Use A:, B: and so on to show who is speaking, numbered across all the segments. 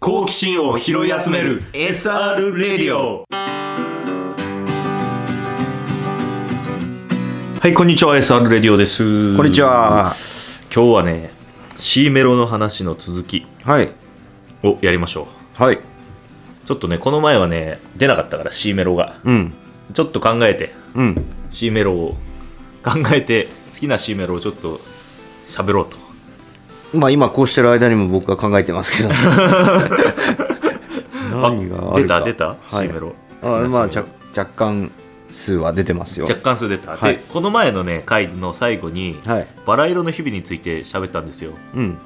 A: 好奇心を拾い集める SR レディオはいこんにちは SR レディオです
B: こんにちは。
A: 今日はね C メロの話の続き
B: はい。
A: をやりましょ
B: は
A: う
B: い。
A: ちょっとねこの前はね出なかったから C メロが
B: うん。
A: ちょっと考えて
B: うん。
A: C メロを考えて好きな C メロをちょっと喋ろうと
B: まあ今こうしてる間にも僕は考えてますけど。 何があ
A: 出
B: るか
A: た出た、
B: はい
A: C メロ好き
B: あ
A: な C メロ
B: まあ若若干数は出てますよ。
A: 若干数出た、
B: はい
A: でこの前のね回の最後に、
B: はい。
A: バラ色の日々について喋ったんですよ
B: うん。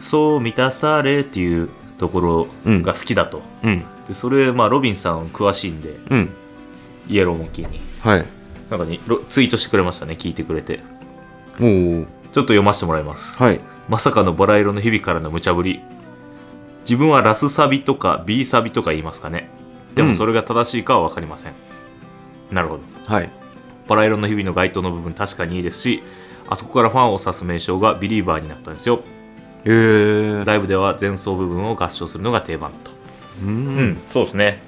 A: そう満たされっていうところが好きだと、
B: うん。
A: でそれ、まあ、ロビンさん詳しいんで
B: うん。
A: イエローモンキーに
B: はい。
A: なんかにロツイートしてくれましたね聞いてくれてちょ
B: おお。
A: っと読ませてもらいます、
B: はい。
A: まさかのバラ色の日々からの無茶ぶり自分はラスサビとか B サビとか言いますかねで
B: う
A: も
B: ん
A: それが正しいかは分かりません、なるほど
B: はい。
A: バラ色の日々の街頭の部分確かにいいですしあそこからファンを指す名称がビリーバーになったんですよ
B: えー。
A: ライブでは前奏部分を合唱するのが定番と
B: う。
A: うんそうですね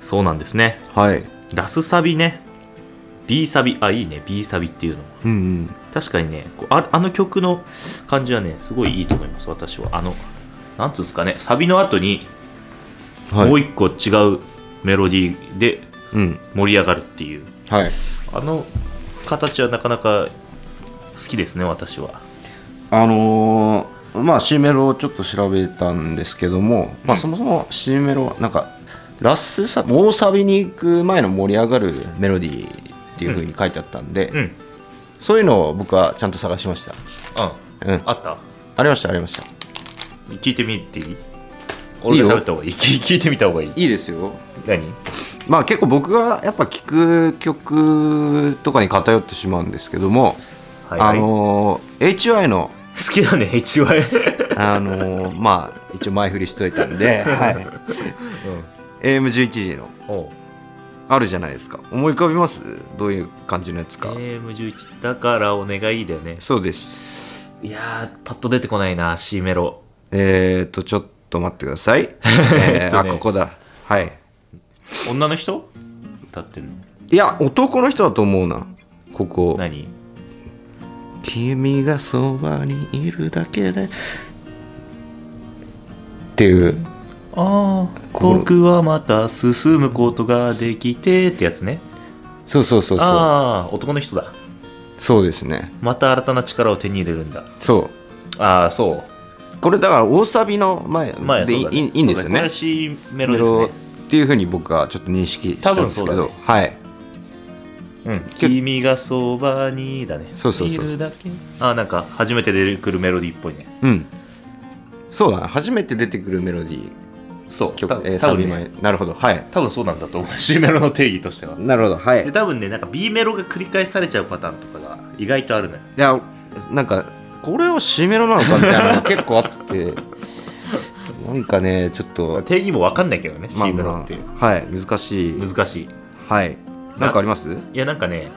A: そうなんですね
B: はい。
A: ラスサビね B サビあいいね B サビっていうのも
B: うんうん。
A: 確かにねこうああの曲の感じはねすごいいいと思います私はあのなんつうんですかねサビの後に
B: はい。
A: もう一個違うメロディーで
B: うん。
A: 盛り上がるっていう、
B: はい。
A: あの形はなかなか好きですね私は
B: あのーまあ C メロをちょっと調べたんですけども、ま
A: う
B: あ、
A: ん
B: そもそも C メロはなんかラスサビ大サビに行く前の盛り上がるメロディーっていう風に書いてあったんで、
A: うん
B: そういうのを僕はちゃんと探しました、
A: あ
B: うん、
A: あった
B: ありましたありました
A: 聞いてみていい俺が喋った方がいい聞いてみた方がいい
B: いいですよ
A: 何
B: まあ結構僕がやっぱ聴く曲とかに偏ってしまうんですけども、
A: はい、はい
B: あのー HY の
A: 好きだね HY
B: あのーまあ一応前振りしといた んで、はい、AM11 時の
A: うんおう
B: あるじゃないですか思い浮かびますどういう感じのやつか、
A: AM11 だからお願いだよね
B: そうです
A: いやーパッと出てこないな C メロ
B: えー、とちょっと待ってく ださい、えー
A: えっと
B: あ
A: ね
B: ここだはい
A: 女の人歌ってるの
B: いや男の人だと思うなここ
A: 何
B: 君がそばにいるだけでっていう
A: ああ
B: 心
A: 僕はまた進むことができてってやつね
B: そうそうそうそう
A: ああ男の人だ
B: そうですね
A: また新たな力を手に入れるんだ
B: そ
A: ああそう
B: これだから大サビの前で、
A: まあ
B: い
A: そう
B: い
A: だね
B: いいんです
A: そうだ
B: よね
A: これは C メ
B: メ
A: ロ
B: ロ
A: で
B: っていうふうに僕はちょっと認識したんですけ
A: 多分そう
B: ど、
A: だね
B: はい
A: すね、うん、君がそばにだね
B: そうそうそうそう
A: いるだけああなんか初めて出てくるメロディーっぽいね
B: うんそうだな初めて出てくるメロディー
A: そう
B: 曲
A: 多、分
B: えー
A: 多
B: サ
A: 分
B: ビ
A: ね
B: 前なるほどはい
A: 多分そうなんだと思う C メロの定義としては
B: なるほどはい
A: で
B: い
A: 多分ねなんか B メロが繰り返されちゃうパターンとかが意外とあるのよ
B: やなんかこれを締めろなのかみたいなの結構あって なんかねちょっと
A: 定義も分かんないけどね、
B: まあ
A: C メロっていう
B: まあはい難しい
A: 難しい
B: はいなんかあります
A: いやなんかね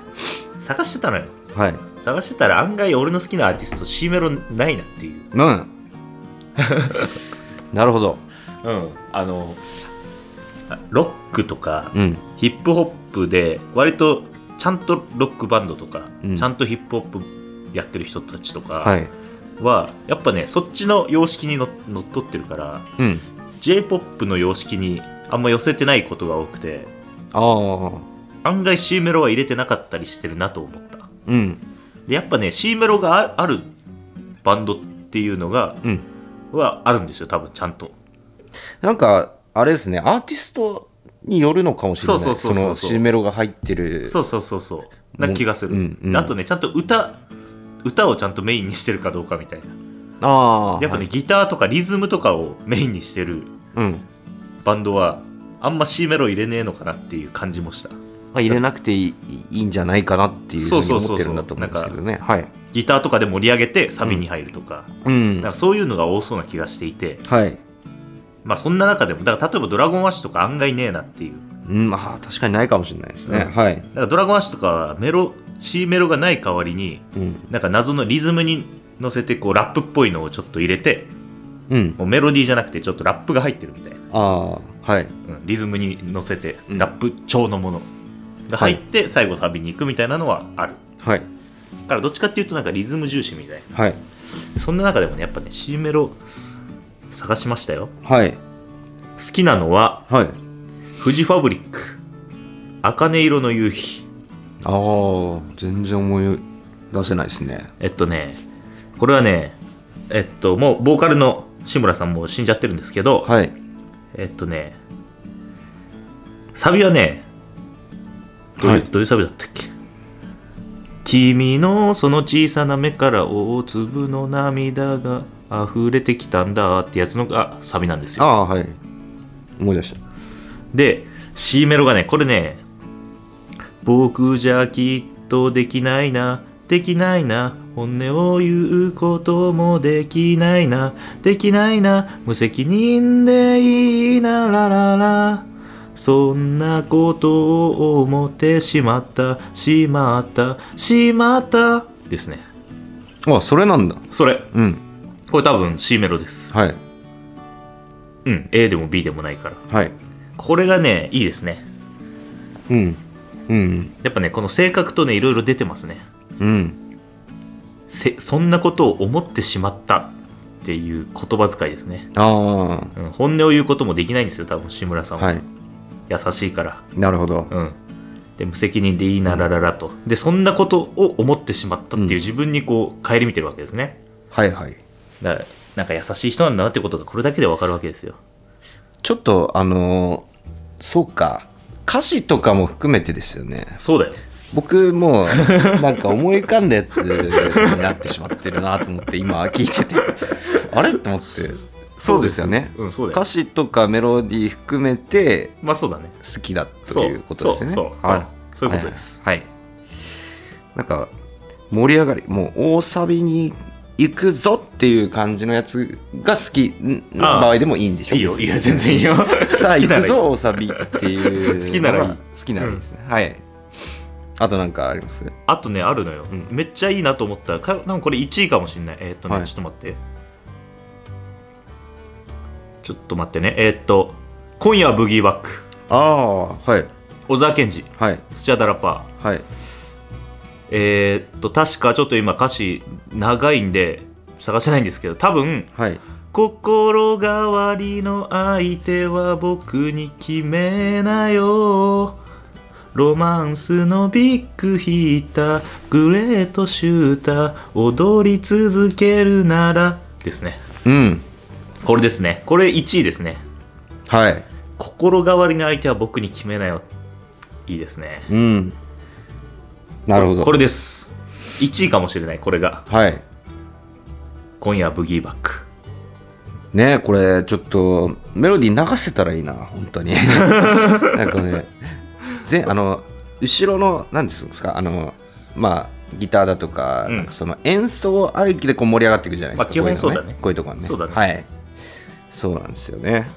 A: 探してたのよ
B: はい
A: 探してたら案外俺の好きなアーティスト C メロないなっていう
B: うん なるほど
A: うんあのあロックとか
B: うん
A: ヒップホップで割とちゃんとロックバンドとか、
B: うん
A: ちゃんとヒップホップやってる人たちと
B: は
A: か
B: い
A: は、やっぱねそっちの様式にののっとってるから
B: うん
A: j p o p の様式にあんま寄せてないことが多くて
B: ああ
A: 案外 C メロは入れてなかったりしてるなと思った
B: うん
A: でやっぱね C メロがああるバンドっていうのが
B: うん
A: はあるんですよ多分ちゃんと
B: なんかあれですねアーティストによるのかもしれない
A: そうそうそうそう
B: の C メロが入ってる
A: そうそうそうそうな気がする、
B: うんうん
A: であとねちゃんと歌歌をちゃんとメインにしてるかどうかみたいな
B: ああ
A: やっぱね、ギターとかリズムとかをメインにしてる
B: うん
A: バンドはあんま C メロ入れねえのかなっていう感じもした
B: まあ、入れなくていいいいんじゃないかなっていうふうに思ってるんだと思うんですけどね。はい。
A: ギターとかで盛り上げてサビに入るとか,、
B: う
A: な
B: ん
A: んかそういうのが多そうな気がしていて
B: はい。
A: まあそんな中でもだから例えば「ドラゴンアッシュ」とか案外ねえなっていう
B: うん、まあ、確かにないかもしれないですね。
A: うん
B: はい。
A: だからドラゴンアッシュとかはメロ C メロがない代わりに
B: うん。
A: なんか謎のリズムに乗せてこうラップっぽいのをちょっと入れて
B: うん
A: もうメロディーじゃなくてちょっとラップが入ってるみたいな、
B: ああはい
A: うんリズムに乗せて
B: うん
A: ラップ調のものが入って最後サビに行くみたいなのはある
B: はい
A: だからどっちかっていうとなんかリズム重視みたい
B: はい
A: なそんな中でもねやっぱね C メロ探しましたよ
B: はい
A: 好きなのは
B: はい
A: フジファブリック茜色の夕日
B: ああ全然思い出せないですね
A: えっとねこれはねえっともうボーカルの志村さんもう死んじゃってるんですけど、
B: はい
A: えっとねサビはねどういう,、
B: はい
A: どういうサビだったっけ君のその小さな目から大粒の涙が溢れてきたんだってやつのがサビなんです
B: あ
A: よ
B: あはい思い出し
A: で C メロがねこれね「僕じゃきっとできないなできないな本音を言うこともできないなできないな無責任でいいなららら」そんなことを思ってしまったしまったしまったですね
B: たあそれなんだ
A: それ
B: うん
A: これ多分 C メロです
B: はい
A: うん A でも B でもないから
B: はい
A: これがねいいですね
B: うんうん
A: やっぱねこの性格とねいろいろ出てますね
B: うん
A: せそんなことを思ってしまったっていう言葉遣いですね、
B: あ
A: うん、本音を言うこともできないんですよ多分志村さ
B: あ
A: んは、
B: はい
A: 優しいから、
B: なるほど
A: うん、で無責任でいいならららとでそんなことを思ってしまったっていう
B: うん
A: 自分にこう顧みてるわけですね
B: はいはい
A: だからなんか優しい人なんだなってことがこれだけでわかるわけですよ
B: ちょっとあのーそうか歌詞とかも含めてですよね
A: そうだよ
B: 僕も うなんか思い浮かんだやつになってしまってるなと思って今聞い ててあれと思ってそうですよね
A: うんそうだよ
B: 歌詞とかメロディー含めて
A: まあそうだね
B: 好きだ
A: そ
B: と
A: う
B: いうことですよね
A: そうそうそ
B: あ
A: うそういうことです
B: はい、はいなんか盛り上がりもう大サビに行くぞっていう感じのやつが好きな場合でもいいんでしょ
A: いいよいいよ全然いいよ
B: さあ
A: 好き
B: 行
A: なら
B: く
A: いい
B: ぞ大サビっていうのは
A: 好きならいい
B: 好きならいいですね、はいあとなんかあります
A: あとねあるのよ、
B: うん
A: めっちゃいいなと思ったかなんかこれ1位かもしれないえーっとね、
B: はい
A: ちょっと待ってちょっと待ってねえーっと「今夜はブギーバック
B: ああはい」
A: 小沢健二
B: はい
A: スチャダラパー
B: はい
A: えーっと確かちょっと今歌詞長いんで探せないんですけど多分
B: はい
A: 「心変わりの相手は僕に決めなよ」ロマンスのビッグヒーターグレートシューター踊り続けるならですね
B: うん
A: これですねこれ1位ですね
B: はい
A: 心変わりの相手は僕に決めなよいいですね
B: うんなるほど
A: これです1位かもしれないこれが
B: はい
A: 今夜はブギーバック
B: ねこれちょっとメロディー流せたらいいな本 当になんかねぜあの後ろの何ですかあのまあギターだとか,、
A: うん
B: なんかその演奏ありきでこう盛り上がっていくじゃないですか、
A: まあ基本
B: こいの
A: そうだね
B: こういうとこはね
A: そうだね
B: はいそうなんですよね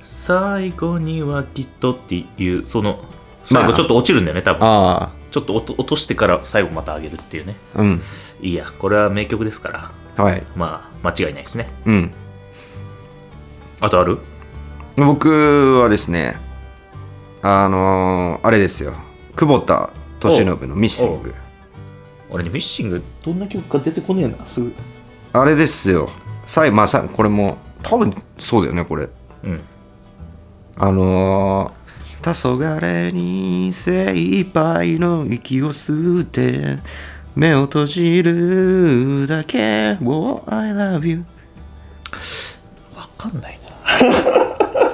A: 最後にはきっとっていうその最後ちょっと落ちるんだよね多分
B: あ
A: ちょっと落と落としてから最後また上げるっていうね
B: あうん
A: いいやこれは名曲ですから
B: はい
A: まあ間違いないですね
B: うん
A: あとある
B: 僕はですねあのーあれですよ久保田利伸の「ミッシング」
A: 俺ねミッシングどんな曲か出てこねえなすぐ
B: あれですよさいまあさこれも多分そうだよねこれ
A: うん
B: あのー、黄昏に精一杯の息を吸って目を閉じるだけを I love you
A: わかんないな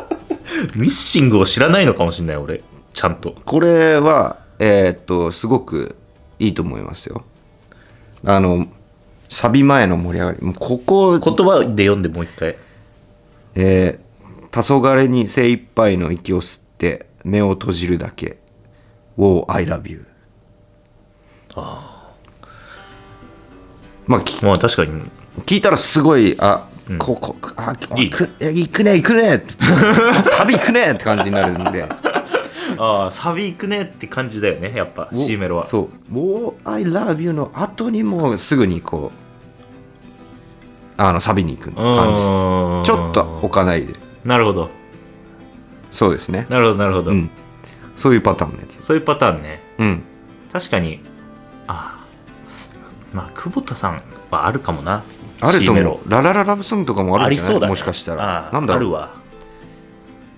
A: ミッシングを知らないのかもしれない俺ちゃんと
B: これはえーっとすごくいいと思いますよあのサビ前の盛り上がりもうここ
A: 言葉で読んでもう一回
B: えー、黄昏に精一杯の息を吸って目を閉じるだけ Wow, I love you
A: あ
B: まあき
A: あまあ確かに
B: 聞いたらすごいあ、
A: うん
B: ここあき
A: いい
B: くえ行くね行くねサビ行くねって感じになるん で
A: ああサビいくねって感じだよねやっぱ C メロは
B: そう「Wow, I love you」の後にもすぐにこうあのサビに行く感じですちょっと置かないで
A: なるほど
B: そうですね
A: なるほどなるほど、
B: うんそういうパターンのやつ
A: そういうパターンね
B: うん
A: 確かにああまあ久保田さんはあるかもな
B: あると
A: C メ
B: 思
A: ロ
B: うララララブソングとかもあ
A: あ
B: る
A: り
B: んじゃな
A: そ
B: いう
A: だ、ね、
B: もしかしたら
A: あ
B: なんだ
A: ある
B: ろう
A: わ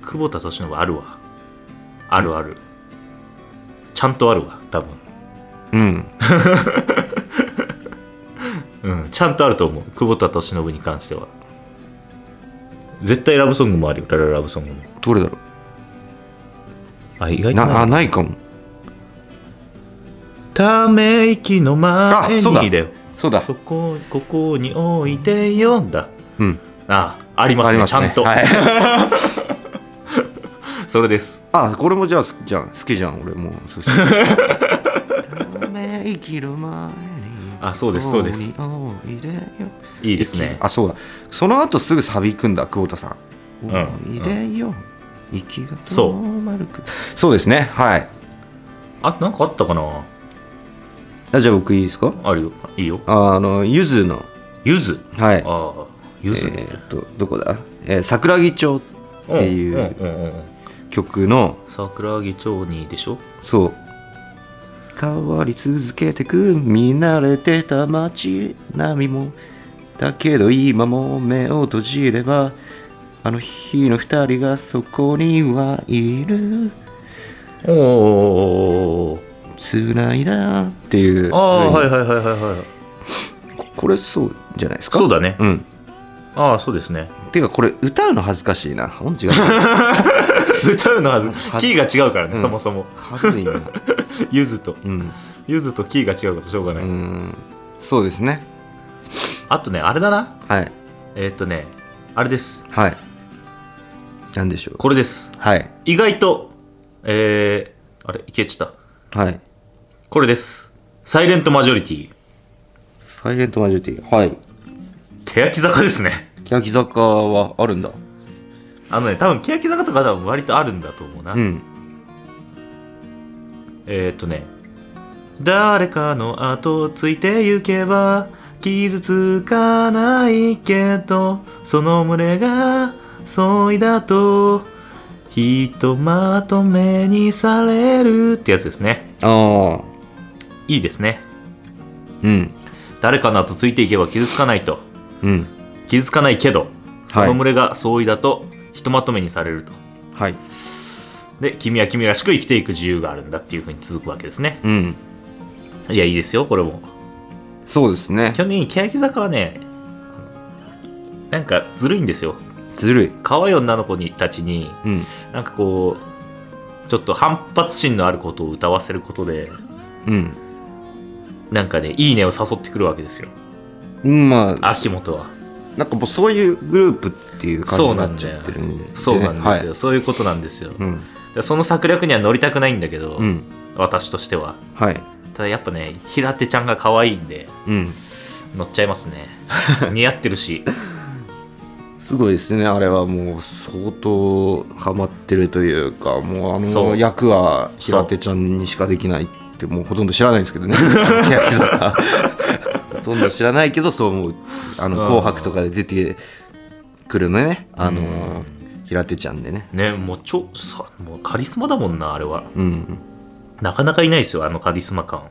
A: 久保田敏信あるわあるあるちゃんとあるわ多分
B: うん
A: うんちゃんとあると思う久保田敏信に関しては絶対ラブソングもあるよラララブソングも
B: どれだろ
A: あ意外
B: う
A: と
B: な
A: な
B: あ
A: い
B: ないかも
A: ため息の前
B: あそうだ
A: にだよ
B: そうだ
A: そこここに置いてよんだ
B: うん
A: ああります
B: あ
A: ね
B: ります
A: ちゃ
B: ね
A: んと、
B: はい
A: それです
B: あこれもじゃあ好きじゃん好きじゃん俺もうそして ため息の前に
A: あそうですそうです
B: おいでよ
A: いいですね
B: あそうだその後すぐサビ行くんだ久保田さん
A: ん
B: おいでよ息が
A: そう
B: 止まるくそうですねはい
A: あなんかあったかな
B: あじゃあ僕いいですか
A: あるよいいよ
B: あのゆずの
A: ゆず
B: はい
A: ああゆずね
B: えーっとどこだ、えー桜木町っていう
A: うんうんうんうん
B: 曲の
A: 桜木町にでしょ
B: そう変わり続けてく見慣れてた街並みもだけど今も目を閉じればあの日の二人がそこにはいる
A: おーおーおーおー
B: 繋いだっていう
A: ああはい
B: い
A: はいはいはいはい
B: これそうじゃないですか
A: そうだね
B: うん
A: ああそうですね
B: てかこれ歌うの恥ずかしいな音違 う
A: 歌うのは
B: は
A: キーが違うからね
B: うん
A: そもそも
B: 恥ずいな
A: ゆずと
B: うん、
A: ゆずとキーが違うからしょうが
B: う
A: ない、
B: ん、そうですね
A: あとねあれだな
B: はい
A: えーっとねあれです
B: はいなんでしょう
A: これです
B: はい
A: 意外とえー、あれ消えちゃった
B: はい
A: これですサイレントマジョリティ
B: サイレントマジョリティはい
A: 欅坂ですね
B: 欅坂はあるんだ
A: あのね多分欅坂とか多分割とあるんだと思うな、
B: うん
A: えー、っとね誰かの後をついて行けば傷つかないけどその群れがそいだとひとまとめにされるってやつですね
B: ああ
A: いいですね
B: うん
A: 誰かの後ついていけば傷つかないと
B: うん
A: 傷つかないけどそ
B: はい
A: の群れが相違だとひとまとめにされると
B: はい
A: で君は君らしく生きていく自由があるんだっていうふうに続くわけですね
B: うん
A: いやいいですよこれも
B: そうですね
A: 基本的に欅坂はねなんかずるいんですよ
B: ずるい
A: 可愛い女の子にたちに
B: うん
A: なんかこうちょっと反発心のあることを歌わせることで
B: うん
A: なんかねいいねを誘ってくるわけですよ
B: うんまあ
A: 秋元は
B: なんかもうそういうグループっていう感じになっちゃってるんで、ね、
A: そうなんですよ、
B: はい、
A: そういうことなんですよ、
B: うん
A: でその策略には乗りたくないんだけど、
B: うん
A: 私としては
B: はい
A: ただやっぱね平手ちゃんが可愛いんで
B: うん
A: 乗っちゃいます ね似合ってるし
B: すごいですねあれはもう相当ハマってるというかもうあ
A: そ
B: の
A: う
B: 役は平手ちゃんにしかできないってもうほとんど知らないんです けどね欅坂ほとんど知らないけどそう思うあの
A: うん
B: 紅白とかで出てくるのねあ
A: う
B: の平手ちゃんでね
A: ねもうちょさもうカリスマだもんなあれは
B: うん
A: なかなかいないですよあのカリスマ感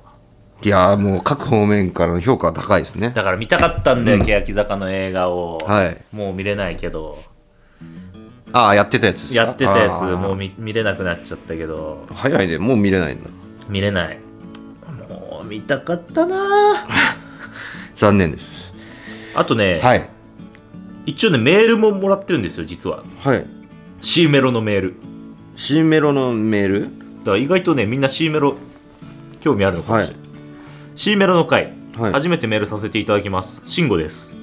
B: いやーもう各方面からの評価は高いですね
A: だから見たかったんだよ、
B: うん
A: 欅坂の映画を、
B: はい
A: もう見れないけど
B: ああやってたやつですか
A: やってたやつ
B: あー
A: もう見見れなくなっちゃったけど
B: 早いねもう見れないんだ
A: 見れないもう見たかったなぁ
B: 残念です
A: あとね、
B: はい
A: 一応ねメールももらってるんですよ実は
B: はい
A: C メロのメール
B: C メロのメール
A: だから意外とねみんな C メロ興味あるのかもしれない、C メロの回、
B: はい
A: 初めてメールさせていただきます慎吾です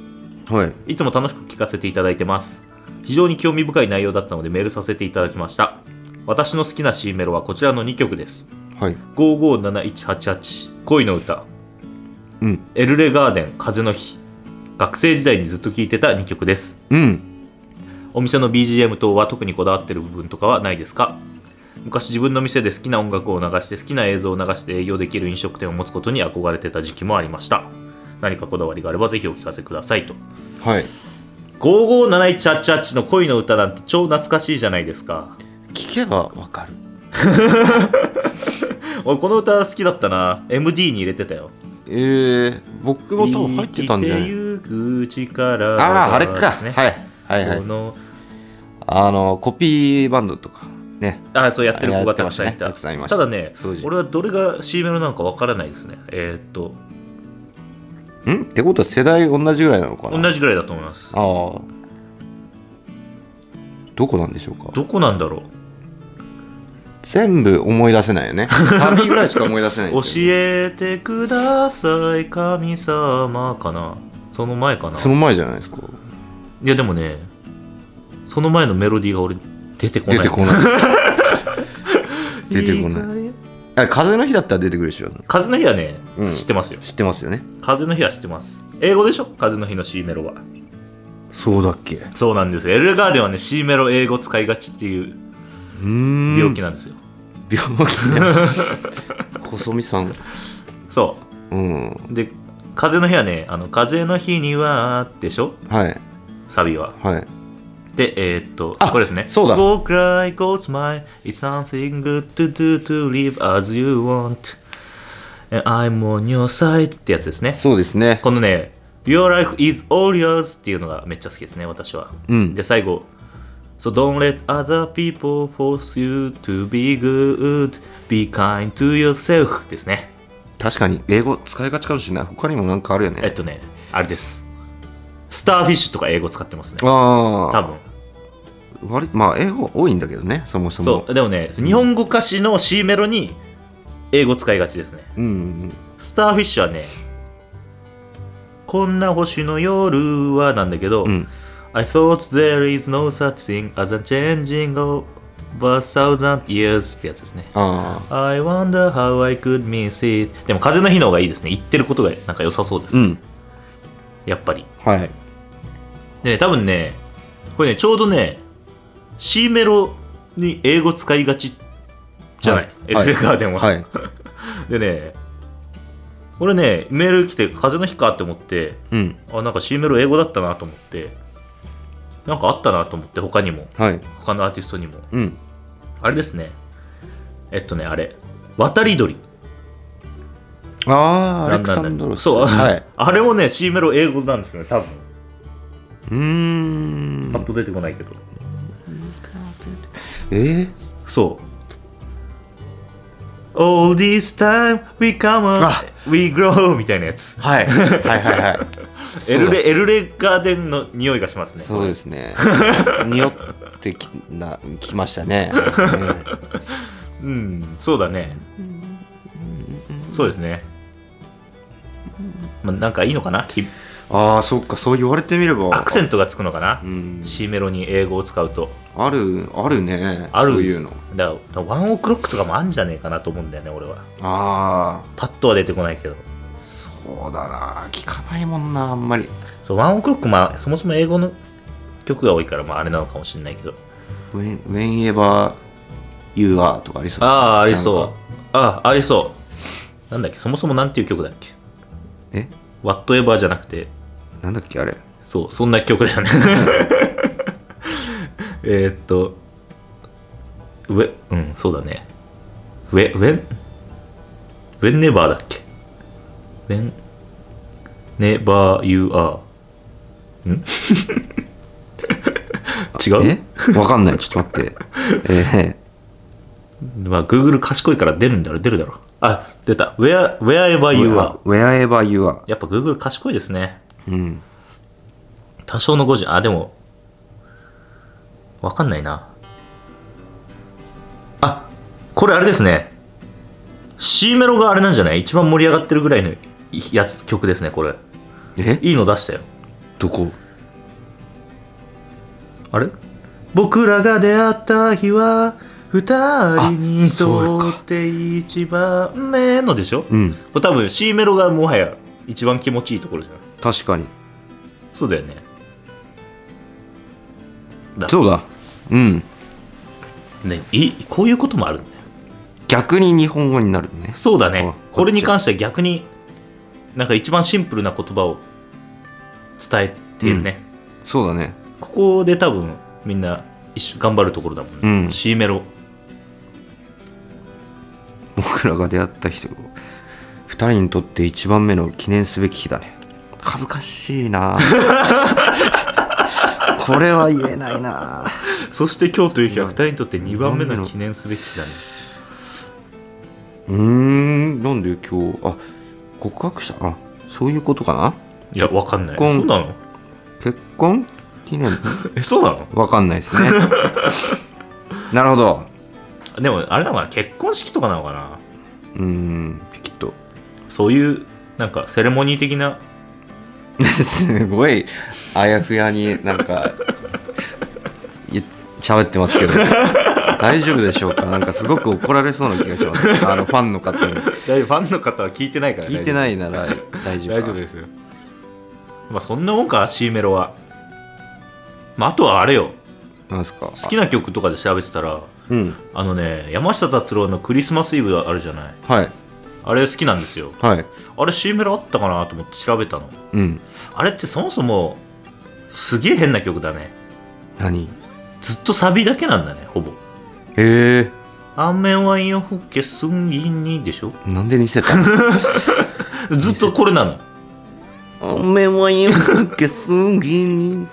B: はい
A: いつも楽しく聞かせていただいてます非常に興味深い内容だったのでメールさせていただきました私の好きな C メロはこちらの2曲です
B: はい
A: 557188恋の歌
B: うん
A: エルレガーデン風の日学生時代にずっと聴いてた2曲です
B: うん
A: お店の BGM 等は特にこだわってる部分とかはないですか昔自分の店で好きな音楽を流して好きな映像を流して営業できる飲食店を持つことに憧れてた時期もありました何かこだわりがあればぜひお聞かせくださいと
B: はい
A: 5571チャッチャッチの恋の歌なんて超懐かしいじゃないですか
B: 聞けばわかる
A: 俺この歌好きだったな MD に入れてたよ
B: えー、僕も多分入ってたんじゃない
A: 生きてゆく力
B: あああれ
A: で
B: か、
A: すね
B: はいはいはい
A: その
B: あのコピーバンドとかね
A: あそうやってる子がたくさんい
B: や
A: た
B: ってましたねたくさんいました
A: ただね
B: 当時
A: 俺はどれが C メロなのかわからないですねえーっと
B: んってことは世代同じぐらいなのかな
A: 同じぐらいだと思います
B: ああどこなんでしょうか
A: どこなんだろ
B: 全部思い出せない よねサビぐらいしか思い出せな
A: う
B: い
A: 教
B: ですよ、ね、
A: えてください神様かなその前かな
B: その前じゃないですか
A: いやでもねその前のメロディーが俺出てこない
B: 出てこない
A: い
B: 出てこないあ風の日だったら出てくるでしょ
A: 風の日はね、
B: うん
A: 知ってますよ
B: 知ってますよね
A: 風の日は知ってます英語でしょ風の日の C メロは
B: そうだっけう
A: そうなんですエルガーデンはね C メロ英語使いがちっていう
B: ーん
A: 病気
B: な
A: なんですよ、
B: 病気 ね細見さん
A: そ
B: うん
A: うで風の日はねあの風の日にはでしょ
B: はい
A: サビは
B: はい
A: でえーっと
B: あ
A: これですね
B: そうだ
A: Go cry, go smile It's something good to do to live as you want And I'm on your side ってやつですね
B: そうですね
A: このね Your life is all yours っていうのがめっちゃ好きですね私は
B: うん
A: で最後 So don't let other people force you to be good Be kind to yourself ですね
B: 確かに英語使いがちかもしれない他にもなんかあるよ
A: えっ
B: ね
A: とねあれですスターフィッシュとか英語使ってますね
B: あ
A: 多
B: あ
A: 分
B: 割まあ英語多いんだけどねそもそも
A: そうでもね日本語歌詞の C メロに英語使いがちですね
B: うんうん
A: スターフィッシュはねこんな星の夜はなんだけど、
B: うんうん
A: I thought there is no such thing as a changing of a thousand years ってやつですね。
B: あ
A: I wonder how I could miss it でも風の日の方がいいですね。言ってることがなんか良さそうです。
B: あうん
A: やっぱり。
B: はい
A: でね、多分ね、これね、ちょうどね、C メロに英語使いがちじゃない。エルレガーデンは。
B: はい
A: でね、俺ね、メール来て風の日かって思って、
B: うん
A: あ、なんか C メロ英語だったなと思って、なんかあったなと思って、他にも。
B: はい
A: 他のアーティストにも。
B: うん
A: あれですね。えっとね、あれ。渡り鳥。
B: ああアレ
A: なん
B: ク
A: なんだ
B: サンドロス
A: そう、
B: はい
A: あれもね、C メロ英語なんですよね、多分。
B: うーん
A: パッと出てこないけど。
B: えー
A: そう。All this time we come
B: あ
A: up, we grow みたいなやつ。
B: はいはいはいはい
A: エル
B: そうだ
A: レ、エルレガーデンの匂いがしますね。
B: そうで すね匂ってきなきました ね
A: うん、そうだね。そうですね。まあ、なんかいいのかなひ
B: ああそっかそう言われてみれば
A: アクセントがつくのかな、
B: うん
A: ?C メロに英語を使うと。
B: あるあるね
A: ある
B: そういうの
A: だから、ワンオクロックとかもあんじゃねえかなと思うんだよね、俺は。
B: ああ
A: パッとは出てこないけど。
B: そうだな聞かないもんなあんまり
A: そう、ワンオクロック、まあ、そもそも英語の曲が多いから、まあ、あれなのかもしれないけど。
B: 「When- Whenever You Are」とかありそう
A: ああ、あり
B: なん
A: そ
B: か
A: う。ああ、ありそう。なんだっけ、そもそもなんていう曲だっけ
B: え
A: ?Whatever じゃなくて、
B: なんだっけあれ
A: そう、そんな曲だよね。 えーっと、ウェ、うん、そうだね。ウェ、ウェン、ウェンネバーだっけウェン、ネバーユーアー。ん 違う
B: えわかんないちょっと 待ってえ
A: まあ、Google 賢いから出るんだろ、出るだろ。あ、出た。Where, wherever
B: ー、
A: you are。
B: Wherever You Are
A: やっぱ Google 賢いですね。
B: うん
A: 多少の誤字、あ、でも、わかんないな。あ、これあれですね。C メロがあれなんじゃない一番盛り上がってるぐらいのやつ、曲ですね、これ。
B: え
A: いいの出したよ。
B: どこ
A: あれ僕らが出会った日は、二人に
B: あそう
A: と
B: か
A: って一番目のでしょ
B: うん
A: これ多分 C メロがもはや一番気持ちいいところじゃん
B: 確かに
A: そうだよねだ
B: そうだうん
A: ねいこういうこともあるんだよ
B: 逆に日本語になるね
A: そうだね
B: あ
A: これに関しては逆になんか一番シンプルな言葉を伝えているね、
B: そうだね
A: ここで多分みんな一緒頑張るところだもんね、
B: うん
A: C メロ
B: 僕らが出会った人2人にとって一番目の記念すべき日だね恥ずかしい なこれは言えないな
A: そして今日という日は2人にとって2番目の記念すべき日だね
B: うーんなんで今日あ告白したあそういうことかない
A: やわかんない
B: 結婚
A: そうなの
B: 結婚記念
A: えそうなの
B: わかんないですね なるほど
A: でもあれなのかな結婚式とかなのかな
B: うーんピキッと
A: そういうなんかセレモニー的な
B: すごいあやふやになんかい喋ってますけど大丈夫でしょうかなんかすごく怒られそうな気がしますあのファンの方に
A: 大丈夫ファンの方は聞いてないから
B: 聞いて
A: い
B: ないなら大丈夫
A: 大丈夫ですよまあそんなもんか C メロは、まあ、あとはあれよ
B: なんですか
A: 好きな曲とかで調べてたら
B: うん
A: あのね山下達郎の「クリスマスイブ」あるじゃない
B: はい
A: あれ好きなんですよ
B: はい
A: あれ C メロあったかなと思って調べたの
B: うん
A: あれってそもそもすげえ変な曲だね
B: 何
A: ずっとサビだけなんだねほぼ
B: え
A: 「雨は夜更けすぎに」でしょ
B: ー、なんで似せたの
A: ずっとこれなの
B: おめはよけすぎに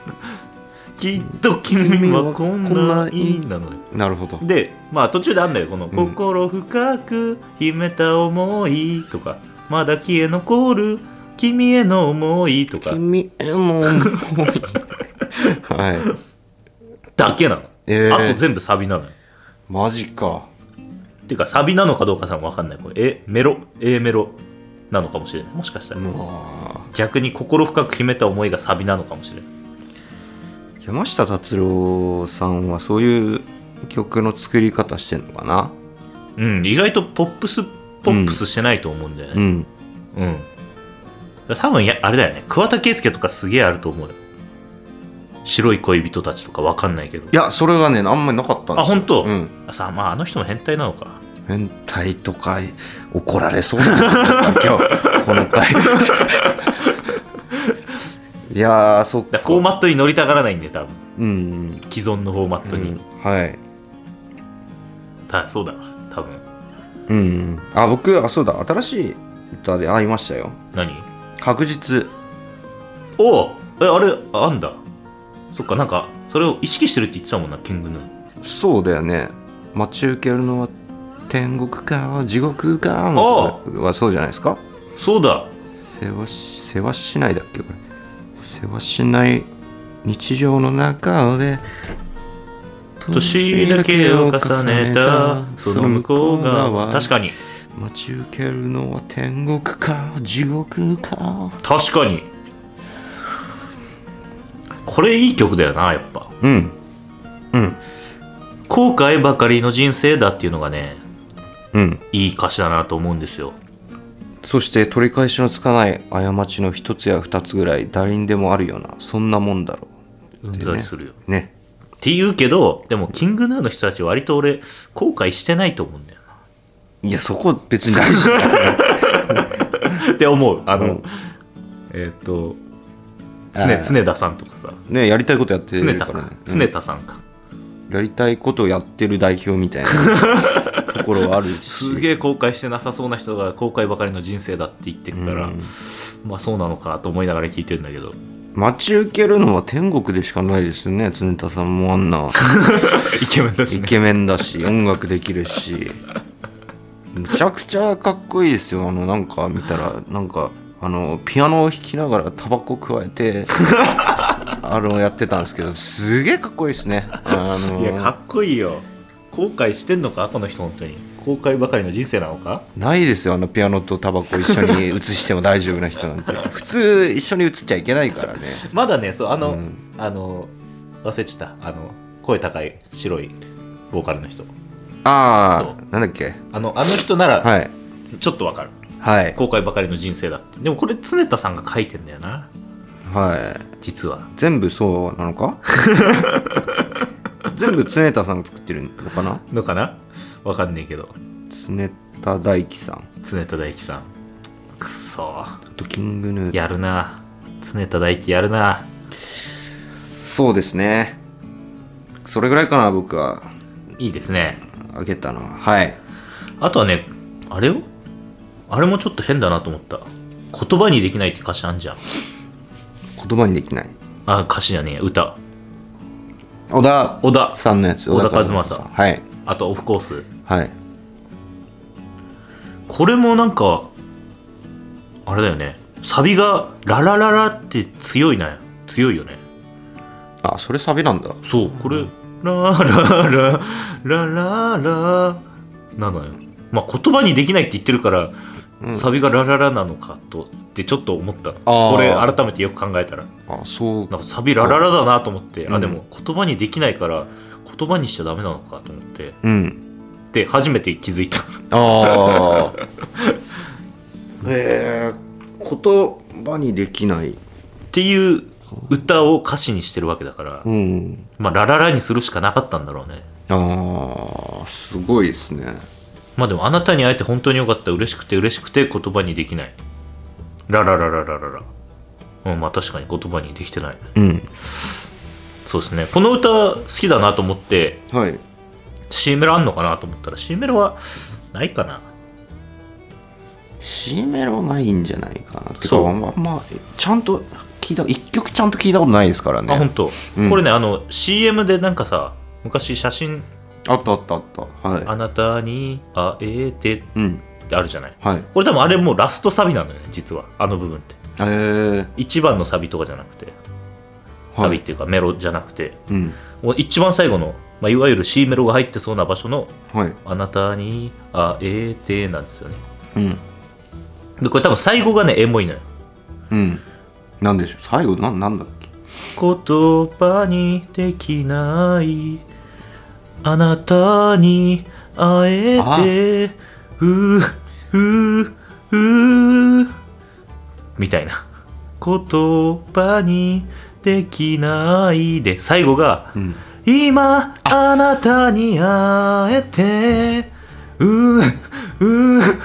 A: きっと君はこんないなのよ
B: なるほど
A: でまあ途中であんだよこの「
B: うん
A: 心深く秘めた思い」とか「まだ消え残る君への思い」とか
B: 君へ の思いはい
A: だけなの、
B: えー
A: あと全部サビなのよ
B: マジか
A: っていうかサビなのかどうかさん分かんないこれえメロ A メロなのかもしれないもしかしたら、
B: まあ
A: 逆に心深く秘めた思いがサビなのかもしれない
B: 山下達郎さんはそういう曲の作り方してんのかな
A: うん意外とポップスポップスしてないと思うんだよ
B: う
A: ね
B: ん
A: うん、多分やあれだよね桑田佳祐とかすげえあると思うよ白い恋人たちとか分かんないけど
B: いやそれがねあんまりなかったん
A: あ
B: ですよ
A: 本当、
B: うん
A: あさあまああの人も変態なのか
B: 変態とか怒られそうなんだ 今日この回いやーそっ
A: だ
B: か
A: からフォーマットに乗りたがらないんで多分
B: うん
A: 既存のフォーマッ
B: う
A: トに、
B: んはい
A: たそうだわ多分
B: うんあ僕あそうだ新しい歌で会いましたよ
A: 何
B: 白日
A: おおえあれあんだそっかなんかそれを意識してるって言ってたもんなキングヌー
B: そうだよね待ち受けるのは天国か地獄かのはそうじゃないですか
A: そうだ
B: 世話し世話しないだっけこれ世話しない日常の中で
A: 年だけを重ねたその向こう側確かに
B: 待ち受けるのは天国か地獄か
A: 確かにこれいい曲だよなやっぱ
B: うんうん
A: 後悔ばかりの人生だっていうのがね
B: うん
A: いい歌詞だなと思うんですよ
B: そして取り返しのつかない過ちの一つや二つぐらい誰にでもあるようなそんなもんだろ
A: うんざりするよ、
B: うね
A: っていうけどでもキングヌーの人たち割と俺後悔してないと思うんだよ
B: いやそこ別に大事だ よ
A: な って思うあの、
B: うん
A: えーっ、と
B: あー
A: 常常田さんとかさ
B: ねやりたいことやって
A: 常
B: る
A: 田
B: からね
A: か、常田さんか、
B: うんやりたいことをやってる代表みたいなところはある し
A: すげえ後悔してなさそうな人が後悔ばかりの人生だって言ってるから、
B: うん
A: まあそうなのかと思いながら聞いてるんだけど
B: 待ち受けるのは天国でしかないですよね常田さんもあんな
A: イケメンだし
B: イ
A: ね
B: ケメンだし音楽できるしめちゃくちゃかっこいいですよあのなんか見たらなんかあのピアノを弾きながらタバコ加え てあのやってたんですけどすげえかっこいいですねあの
A: いやかっこいいよ後悔してんのかこの人本当に後悔ばかりの人生なのか
B: ないですよあのピアノとタバコ一緒に写しても大丈夫な人なんて 普通一緒に写っちゃいけないからね
A: まだねそうあの、
B: うん
A: あの忘れちゃったあの声高い白いボーカルの人
B: あ
A: そ
B: あなんだっけ
A: あのあの人なら
B: はい
A: ちょっとわかる、
B: はい
A: 後悔ばかりの人生だってでもこれ常田さんが書いてんだよな
B: はい
A: 実は
B: 全部そうなのか 全部常田さんが作ってるのかな
A: のかなわかんねえけど
B: 常田大樹さん
A: 常田大樹さんくっそー
B: とキングヌー
A: やるな常田大輝やるな
B: そうですねそれぐらいかな僕はい
A: いですね
B: あげたのははい
A: あとはねあれよあれもちょっと変だなと思った言葉にできないって歌詞あんじゃん
B: 言葉にできない
A: あ歌詞じゃねえ歌
B: 小田
A: 小田
B: さんのやつ
A: 小田和正
B: はい
A: あとオフコース
B: はい
A: これもなんかあれだよねサビが「ララララ」って強いな強いよね
B: あそれサビなんだ
A: そうこれ「ララララララ」なのよまあ言葉にできないって言ってるから、
B: うん
A: サビが「ラララ」なのかとってちょっと思ったの
B: あー
A: これ改めてよく考えたら
B: あそう
A: なんかサビ「ラララ」だなと思って、
B: う
A: あ
B: ん
A: でも言葉にできないから言葉にしちゃダメなのかと思って
B: うん
A: で初めて気づいた
B: ああ えー、言葉にできない
A: っていう歌を歌詞にしてるわけだから、
B: うん
A: まあラララにするしかなかったんだろうね
B: ああすごいですね
A: まあでもあなたに会えて本当によかった嬉しくて嬉しくて言葉にできないラララララララうんまあ確かに言葉にできてない
B: うん
A: そうですねこの歌好きだなと思って
B: はい
A: C メロあんのかなと思ったら C メロはないかな
B: C メロないんじゃないかなってか
A: そう
B: あんまあんまちゃんと聞いた一曲ちゃんと聞いたことないですから
A: あ本
B: ね
A: 当、
B: うん
A: これねあの CM でなんかさ昔写真
B: あったあったあった
A: 「
B: はい
A: あなたに会えて」っ
B: うん
A: てあるじゃない
B: はい
A: これ多分あれもうラストサビなのよね実はあの部分って
B: えー、
A: 一番のサビとかじゃなくてサビっていうかメロじゃなくて、
B: うん
A: もう一番最後の、まあ、いわゆる C メロが入ってそうな場所の
B: はい
A: 「あなたに会えて」なんですよね
B: うん
A: でこれ多分最後がねエモいのよ
B: うんなんでしょう最後なんなんだっけ
A: 言葉にできないあなたに会えてううううみたいな言葉にできないで最後が
B: うん
A: 今あなたに会えてうーうーっ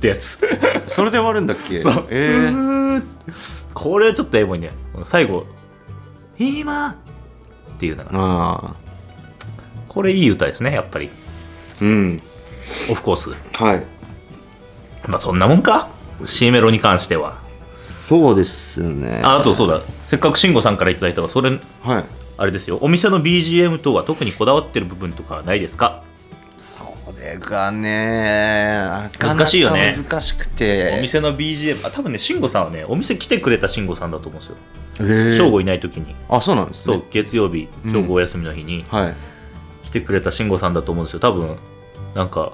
A: てやつ
B: それで終わるんだっけ
A: そう
B: え
A: う
B: ー、
A: ーこれちょっとエモいね最後「今」っていうのが
B: ああ
A: これいい歌ですねやっぱり
B: うん
A: オフコース
B: はい
A: まあそんなもんか C メロに関しては
B: そうですね
A: ああとそうだせっかく慎吾さんからいただいたからそれ
B: はい
A: あれですよお店の BGM 等は特にこだわってる部分とかはないですか
B: それがね
A: 難しいよね
B: なかなか難しく
A: お
B: て
A: 店の BGM あ多分ね慎吾さんはねお店来てくれた慎吾さんだと思うんですよ
B: えー
A: 省吾いない時に
B: あそうなんです
A: そ
B: ね
A: う月曜日
B: うん
A: 省吾お休みの日に
B: はい
A: 来てくれた慎吾さんだと思うんですよ多分なんか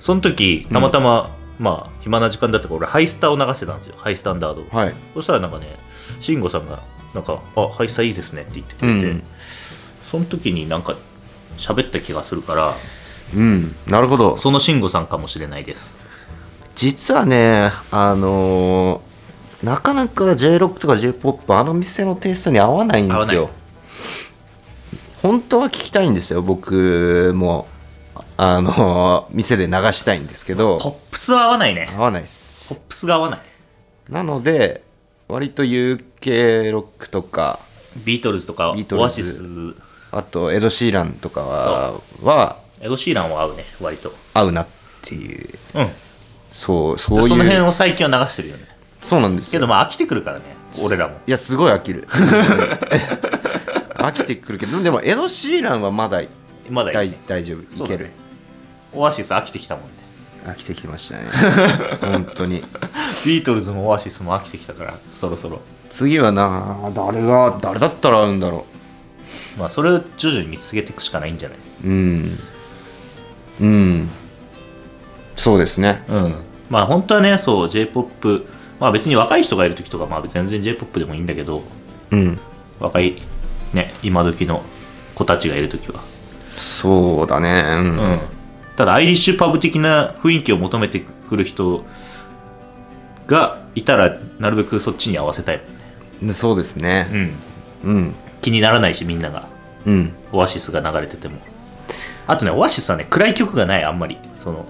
A: その時たまたま、まあ暇な時間だったから俺ハイスターを流してたんですよハイスタンダードを
B: はい
A: そしたらなんかね慎吾さんがなんか「あハイスターいいですね」って言ってくれて、
B: うん
A: その時になんか喋った気がするから
B: うんなるほど
A: その慎吾さんかもしれないです
B: 実はねあのーなかなか j ロックとか j p o p あの店のテイストに合わないんです
A: 合わ
B: よ
A: な
B: 本当は聞きたいんですよ僕もあのー店で流したいんですけ
A: ポッ
B: ど
A: プスは合わないね
B: 合わない
A: ポッ
B: です
A: プスが合わない
B: なので割と UK ロックとか
A: ビートルズとか
B: ビートルズ
A: オアシス
B: あとエド・シーランとかはは
A: エド・シーランは合うね割と
B: 合うなっていう
A: うん
B: そうそ
A: そう
B: いう
A: の辺を最近は流してるよね
B: そうなんです
A: け
B: よ
A: どまあ飽きてくるからね俺らも
B: いやすごい飽きる 飽きてくるけどでもエド・シーランはまだ
A: まだい
B: 大
A: い
B: 大丈夫
A: そ
B: いう
A: だ
B: け
A: ね
B: る、
A: オアシス飽きてきたもんね
B: 飽きてきましたね本当に
A: ビートルズもオアシスも飽きてきたからそろそろ
B: 次はな誰が誰だったら合うんだろ
A: まあそれを徐々に見つけていくしかないんじゃないう
B: うんうんそうですね
A: うんまあ本当はねそう j p o p まあ別に若い人がいる時とかまあ全然 j p o p でもいいんだけど
B: うん
A: 若いね今時の子たちがいる時は
B: そうだねうん、
A: うんただアイリッシュパブ的な雰囲気を求めてくる人がいたらなるべくそっちに合わせたいもんね
B: でそうですね
A: うん
B: うん
A: 気にならないしみんなが
B: うん
A: オアシスが流れててもあとねオアシスはね暗い曲がないあんまりその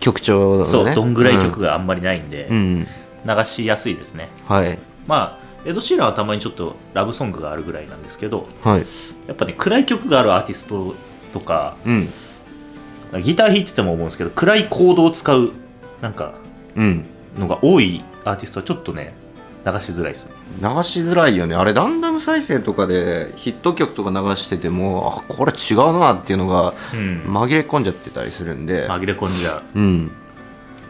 B: 曲調だね
A: そうどんぐらい曲があんまりないんで、
B: うん、うん
A: 流しやすいですね
B: はい
A: まあエド・シーランはたまにちょっとラブソングがあるぐらいなんですけど
B: はい
A: やっぱね暗い曲があるアーティストとか
B: うん
A: ギター弾いてても思うんですけど暗いコードを使うなんか
B: うん
A: のが多いアーティストはちょっとね流しづらいですね
B: 流しづらいよねあれランダム再生とかでヒット曲とか流しててもあこれ違うなっていうのが
A: うん、
B: 紛れ込んじゃってたりするんで、
A: 紛れ込んじゃう
B: うん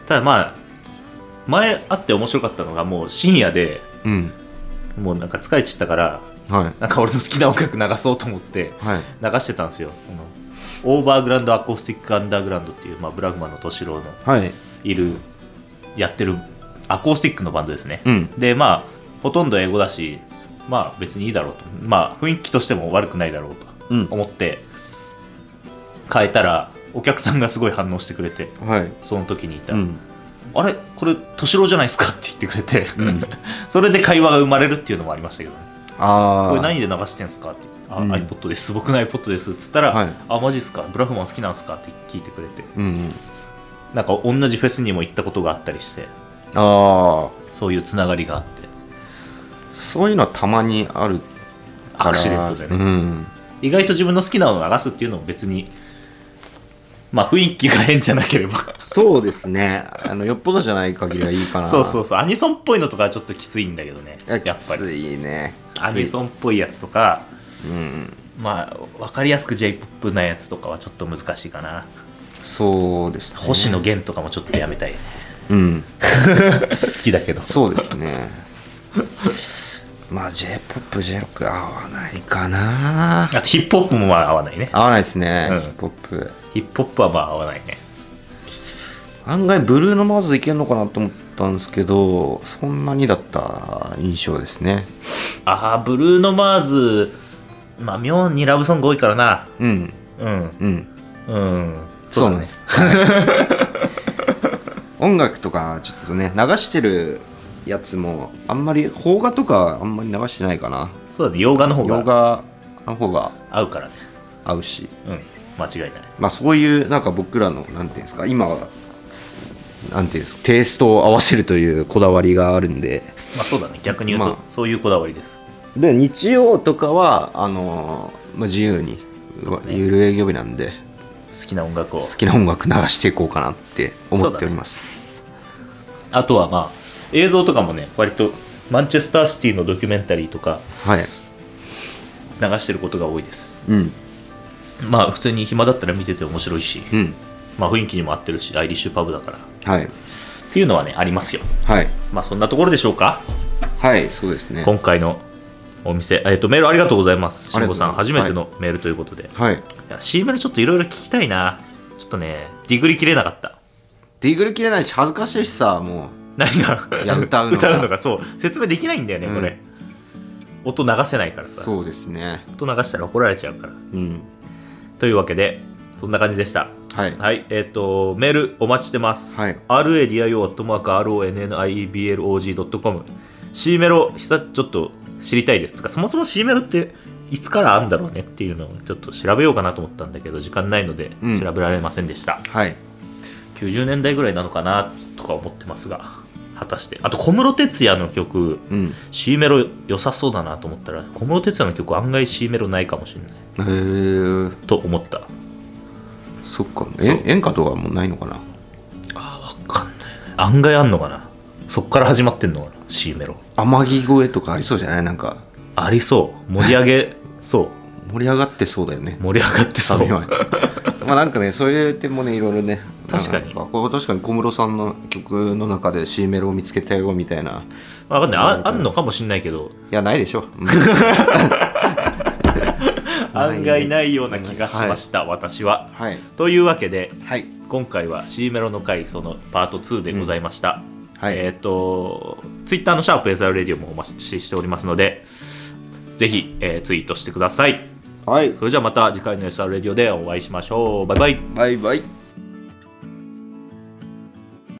A: ただまあ前あって面白かったのがもう深夜で
B: うん
A: もうなんか疲れちったから
B: はい
A: なんか俺の好きな音楽流そうと思って
B: はい
A: 流してたんですよあのオーバーグラウンドアコースティックアンダーグラウンドっていう、まあ、ブラグマンの敏郎の
B: はい
A: いるやってるアコースティックのバンドですね、
B: うん
A: でまあほとんど英語だしまあ別にいいだろうとまあ雰囲気としても悪くないだろうと
B: うん
A: 思って変えたらお客さんがすごい反応してくれて
B: はい
A: その時にいた、
B: うん
A: あれこれ敏郎じゃないですかって言ってくれて、
B: ん
A: それで会話が生まれるっていうのもありましたけどね
B: ああ
A: これ何で流してんすかってあ、
B: うん
A: iPod です僕の iPod ですっつったら、
B: はい
A: あマジっすかブラフマン好きなんすかって聞いてくれて
B: うん
A: なんか同じフェスにも行ったことがあったりして
B: ああ
A: そういうつながりがあって
B: そういうのはたまにあるから
A: アクシデントでね、
B: うん
A: 意外と自分の好きなのを流すっていうのも別にまあ雰囲気が変じゃなければ
B: そうですねあのよっぽどじゃない限りはいいか な
A: そうそううそうアニソンっぽいのとかはちょっときついんだけどねやっ
B: き
A: ぱり
B: ついねきつい
A: アニソンっぽいやつとか
B: うん
A: まあ分かりやすく j p o p なやつとかはちょっと難しいかな
B: そうですね
A: 星野源とかもちょっとやめ たいね
B: うん
A: 好きだけど
B: そうですね。まあ J-POP、J-ROCK 合わないかな。
A: あとヒップホップもまあ合わないね
B: 合わないですね、
A: うん
B: ヒップホップ。
A: ヒップホップはまあ合わないね
B: 案外ブルーノ・マーズいけるのかなと思ったんですけど、そんなにだった印象ですね。
A: ああブルーノ・マーズまあ妙にラブソング多いからな
B: うん、
A: うん
B: うん。
A: うん
B: そうなん
A: だ
B: で
A: ね
B: す。はい音楽とか、ちょっとね、流してるやつも、あんまり、邦画とかあんまり流してないかな。
A: そうだね洋画の方
B: 洋
A: が
B: 画の方が
A: 合うからね
B: 合うし。
A: うん間違いない
B: まあそういうなんか僕らのなんていうんですか今はなんていうんですかテイストを合わせるというこだわりがあるんで
A: まあそうだね逆に言うと、
B: まあ
A: そういうこだわりです
B: で日曜とかはあのーまあ、自由にゆる営業日なんで
A: 好きな音楽を
B: 好きな音楽流していこうかなって思っております、
A: あとはまあ映像とかもね割とマンチェスターシティのドキュメンタリーとか
B: はい
A: 流してることが多いです
B: うん
A: まあ普通に暇だったら見てて面白いし、
B: うん
A: まあ雰囲気にも合ってるしアイリッシュパブだからっ
B: はい
A: ていうのはねありますよ
B: はい
A: まあそんなところでしょうか
B: はいそうですね
A: 今回のお店、えっとメールありがとうございます慎
B: あり
A: 吾
B: がとうござ
A: さ
B: い
A: ん
B: ます
A: 初めてのメールということで、い
B: はい
A: や C メールちょっといろいろ聞きたいなちょっとねディグリ切れなかった
B: ディグル切れないし恥ずかしいしさも
A: 何が
B: いや歌うのが
A: 歌うのがそう説明できないんだよね、
B: うん
A: これ音流せないから
B: う
A: さ
B: そうですね
A: 音流したら怒られちゃうから
B: うん
A: というわけでそんな感じでした
B: はい
A: はいえっ、とメールお待ちしてます、
B: はい
A: RADIO.RONNIEBLOG.com C メロひさちょっと知りたいですとかそもそも C メロっていつからあんだろうねっていうのをちょっと調べようかなと思ったんだけど時間ないので
B: うん
A: 調べられませんでした、
B: はい
A: 90年代ぐらいなのかなとか思ってますが果たしてあと小室哲哉の曲
B: うん
A: C メロ良さそうだなと思ったら小室哲哉の曲案外 C メロないかもしれない
B: へえー、
A: と思った
B: そっか
A: そう
B: え演歌とかもないのかな
A: あ分かんない案外あんのかなそっから始まってんのかな C メロ
B: 天城越えとかありそうじゃないなんか
A: ありそう盛り上 げそ
B: 盛り上がってそうだよね
A: う盛り上がってそう
B: 旅は まあなんかねそういう点もねいろいろね
A: 確かに
B: なんこう確かに小室さんの曲の中で C メロを見つけたよみたいな
A: わかんないああんのかもしんないけど
B: いやないでしょ、 うん
A: 案外ないような気がしました、私は
B: はい
A: というわけで
B: はい
A: 今回は C メロの回そのパート2でございました、
B: はい、
A: えっ、と Twitter のシャープ s r レディオもお待ちしておりますのでぜひ、えーツイートしてください
B: はい
A: それじゃあまた次回の SR レディオでお会いしましょうバイバイ
B: バイバイ